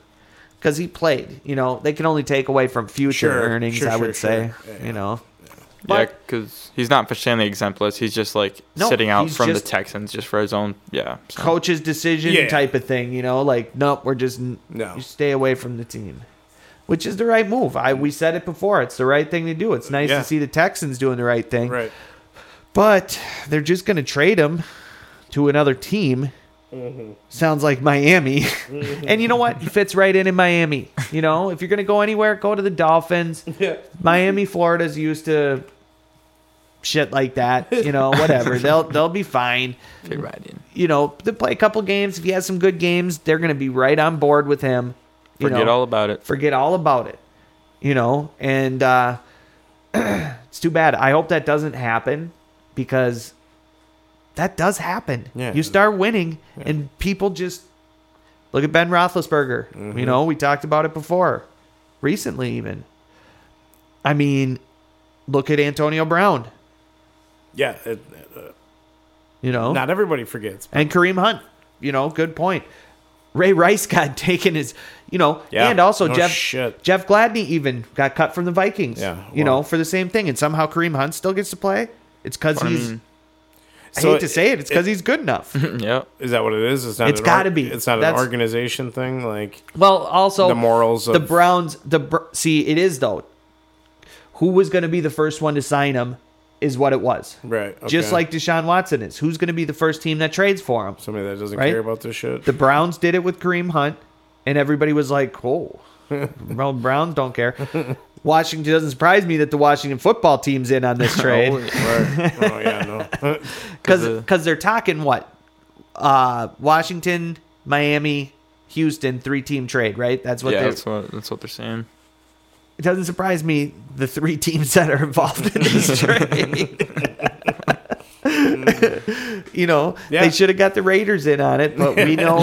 because he played. You know, they can only take away from future
Sure,
earnings.
sure,
I
sure,
would say.
sure. Yeah,
You know,
Yeah,
But-
because he's not officially exempt list. He's just like
No,
sitting out
he's
from
just-
the Texans just for his own. Yeah. so-
coach's decision
Yeah.
type of thing. You know, like nope, we're just n-
No.
you stay away from the team, which is the right move. I we said it before. It's the right thing to do. It's nice
Yeah.
to see the Texans doing the right thing,
Right.
but they're just going to trade him to another team.
Mm-hmm.
Sounds like Miami. and you know what? He fits right in in Miami. You know, if you're going to go anywhere, go to the Dolphins. Miami, Florida's used to shit like that. You know, whatever. they'll they'll be fine.
Fit right in.
You know, they play a couple games. If he has some good games, they're going to be right on board with him. You
Forget
know,
all about it.
forget all about it. You know, and uh, it's too bad. I hope that doesn't happen because that does happen.
Yeah.
You start winning, and people just look at Ben Roethlisberger. You know, we talked about it before, recently even. I mean, look at Antonio Brown.
Yeah. It, uh,
You know,
Not everybody forgets.
and Kareem Hunt. You know, good point. Ray Rice got taken his, you know,
Yeah.
and also
No
Jeff
shit.
Jeff Gladney even got cut from the Vikings.
Yeah,
you
well.
know, for the same thing, and somehow Kareem Hunt still gets to play. It's because
I
he's.
mean-
I
So
hate to say it, it's because he's good enough.
yeah.
Is that what it is? It's not.
It's
an
gotta be.
It's not
That's-
an organization thing. Like
well, also
The morals
The
of-
Browns. The Br- see, it is though. Who was going to be the first one to sign him? Is what it was.
right. Okay.
Just like Deshaun Watson is. Who's going to be the first team that trades for him?
somebody that doesn't
right?
care about this shit.
the Browns did it with Kareem Hunt, and everybody was like, "Oh, well, Browns don't care." Washington doesn't surprise me that the Washington football team's in on this trade
right. Oh yeah. No.
because
the-
they're talking what uh, Washington, Miami, Houston, three team trade, right? That's what
yeah,
they
that's what that's what they're saying.
it doesn't surprise me the three teams that are involved in this trade.
Mm.
you know,
Yeah.
they should have got the Raiders in on it, but we know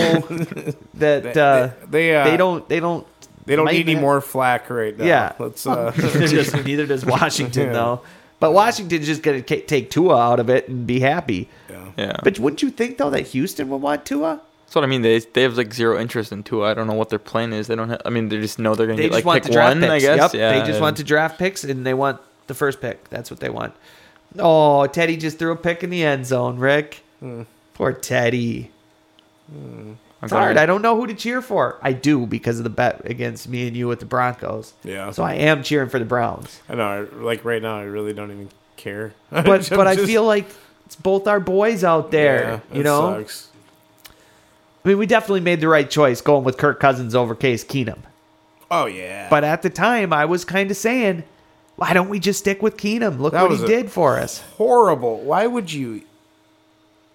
that uh,
They- they, uh,
they don't they don't
They don't
might
need any
not-
more flack right now.
Yeah.
Let's uh
Neither does- neither does Washington
Yeah.
though. But Washington's just going to take Tua out of it and be happy.
yeah.
Yeah,
But wouldn't you think though that Houston would want Tua?
that's what I mean. They they have like zero interest in Tua. I don't know what their plan is. They don't. Have, I mean, they just know they're gonna
They
get
just
like
want
pick
the draft
one.
picks.
I
Yep.
guess. Yeah,
they just want to draft picks and they want the first pick. That's what they want. Oh, Teddy just threw a pick in the end zone, Rick.
Hmm.
Poor Teddy. It's hard. I don't know who to cheer for. I do because of the bet against me and you with the Broncos.
Yeah.
So I am cheering for the Browns.
I know I, like right now I really don't even care.
But but I feel like it's both our boys out there. you know?
sucks.
I mean, we definitely made the right choice going with Kirk Cousins over Case Keenum.
Oh yeah.
But at the time, I was kind of saying, why don't we just stick with Keenum? Look
That
what
was
he
a-
did for us.
horrible. Why would you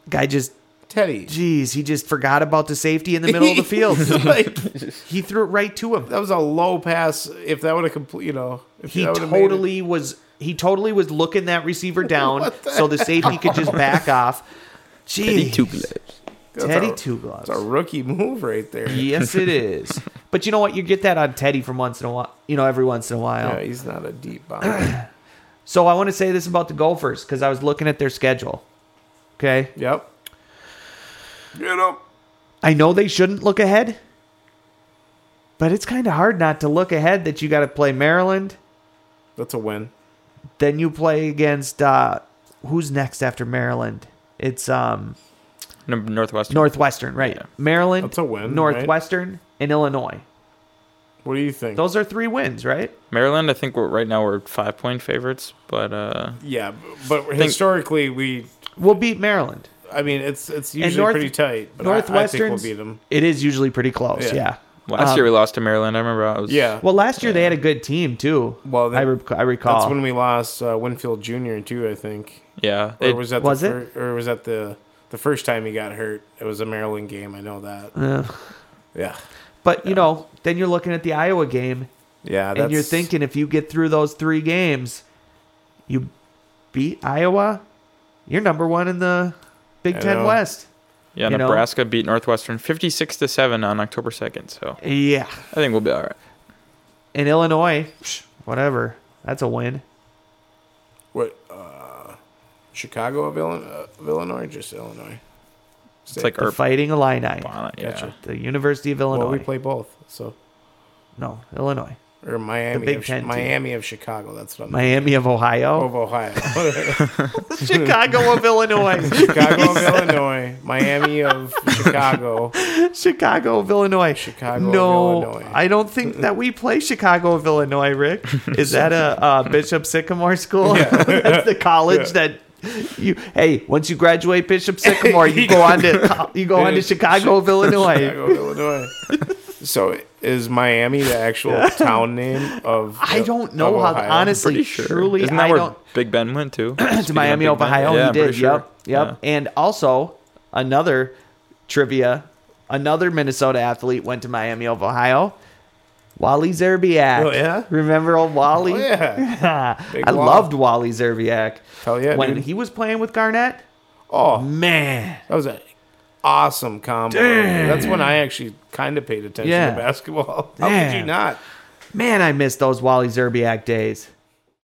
Guy just,
Teddy?
geez, he just forgot about the safety in the middle of the field.
like
he threw it right to him.
that was a low pass if that would have complete you know, if
He
that would've made it-
totally was. He totally was looking that receiver down,
What the
so the safety could just back off. Gee,
that's
Teddy
a-
two gloves.
It's a rookie move right there.
Yes, it is. But you know what? You get that on Teddy from once in a while. You know, every once in a while.
Yeah, he's not a deep bomber.
So I want to say this about the Gophers because I was looking at their schedule. Okay.
yep. Get up.
I know they shouldn't look ahead, but it's kind of hard not to look ahead that you got to play Maryland.
That's a win.
Then you play against uh, who's next after Maryland? It's um,
Number Northwestern.
Northwestern, right?
Yeah.
Maryland,
That's a win, right?
Northwestern, and Illinois.
What do you think?
Those are three wins, right?
Maryland. I think we're right now we're five point favorites, but uh,
yeah, but historically we
We'll beat Maryland.
I mean, it's it's usually
North-
pretty tight. But Northwestern, I,
Northwestern.
think we'll beat them.
It is usually pretty close.
Yeah.
Yeah.
last
Um,
year we lost to Maryland. I remember I was
Yeah.
Well, last year they had a good team too.
Well,
I,
then-
rec- I recall.
that's when we lost uh, Winfield Jr. too. I think,
yeah.
or
They-
was that
was
the
it?
Fir- or was that the the first time he got hurt? It was a Maryland game. I know that.
Uh,
yeah,
but you know, then you're looking at the Iowa game,
yeah.
and you're thinking if you get through those three games, you beat Iowa, you're number one in the Big
I
Ten
know.
West.
yeah,
you know?
Nebraska beat Northwestern fifty six to seven on October second. So
Yeah,
I think we'll be all right.
in Illinois, psh, whatever. That's a win.
what uh, Chicago of Illinois, uh, of Illinois, or just Illinois.
It's like
The
our
Fighting Illini,
bonnet. Yeah.
Gotcha.
the University of Illinois.
Well, we play both, so
no, Illinois,
or Miami,
Big
of, Chi-
Ten team.
Miami of Chicago. That's what I'm.
Miami of Ohio,
Of Ohio,
Chicago of Illinois,
Chicago of Illinois, Miami of Chicago.
Chicago of Illinois,
Chicago of
No,
Illinois.
I don't think that we play Chicago of Illinois. Rick, is that a uh, Bishop Sycamore school? That's the college that you. Hey, once you graduate Bishop Sycamore, you go on to you go on to Chicago of Illinois.
Chicago, Illinois. so is Miami the actual town name of?
I don't know
of
how.
Ohio?
Honestly,
Pretty sure.
truly,
Isn't that
I
where
don't.
Big Ben went to?
to Miami,
of Big Ben.
Ohio.
Yeah,
he
I'm pretty
did.
sure.
Yep. Yep.
Yeah.
And also another trivia: another Minnesota athlete went to Miami of Ohio. Wally Zerbiak.
Oh, yeah?
Remember old Wally?
Oh, yeah. Big
I
Wall.
loved Wally Zerbiak.
Hell yeah,
When
dude.
he was playing with Garnett,
Oh,
man.
that was an awesome combo. That's when I actually kind of paid attention
Yeah.
to basketball. How could
Damn.
you not?
Man, I miss those Wally Zerbiak days.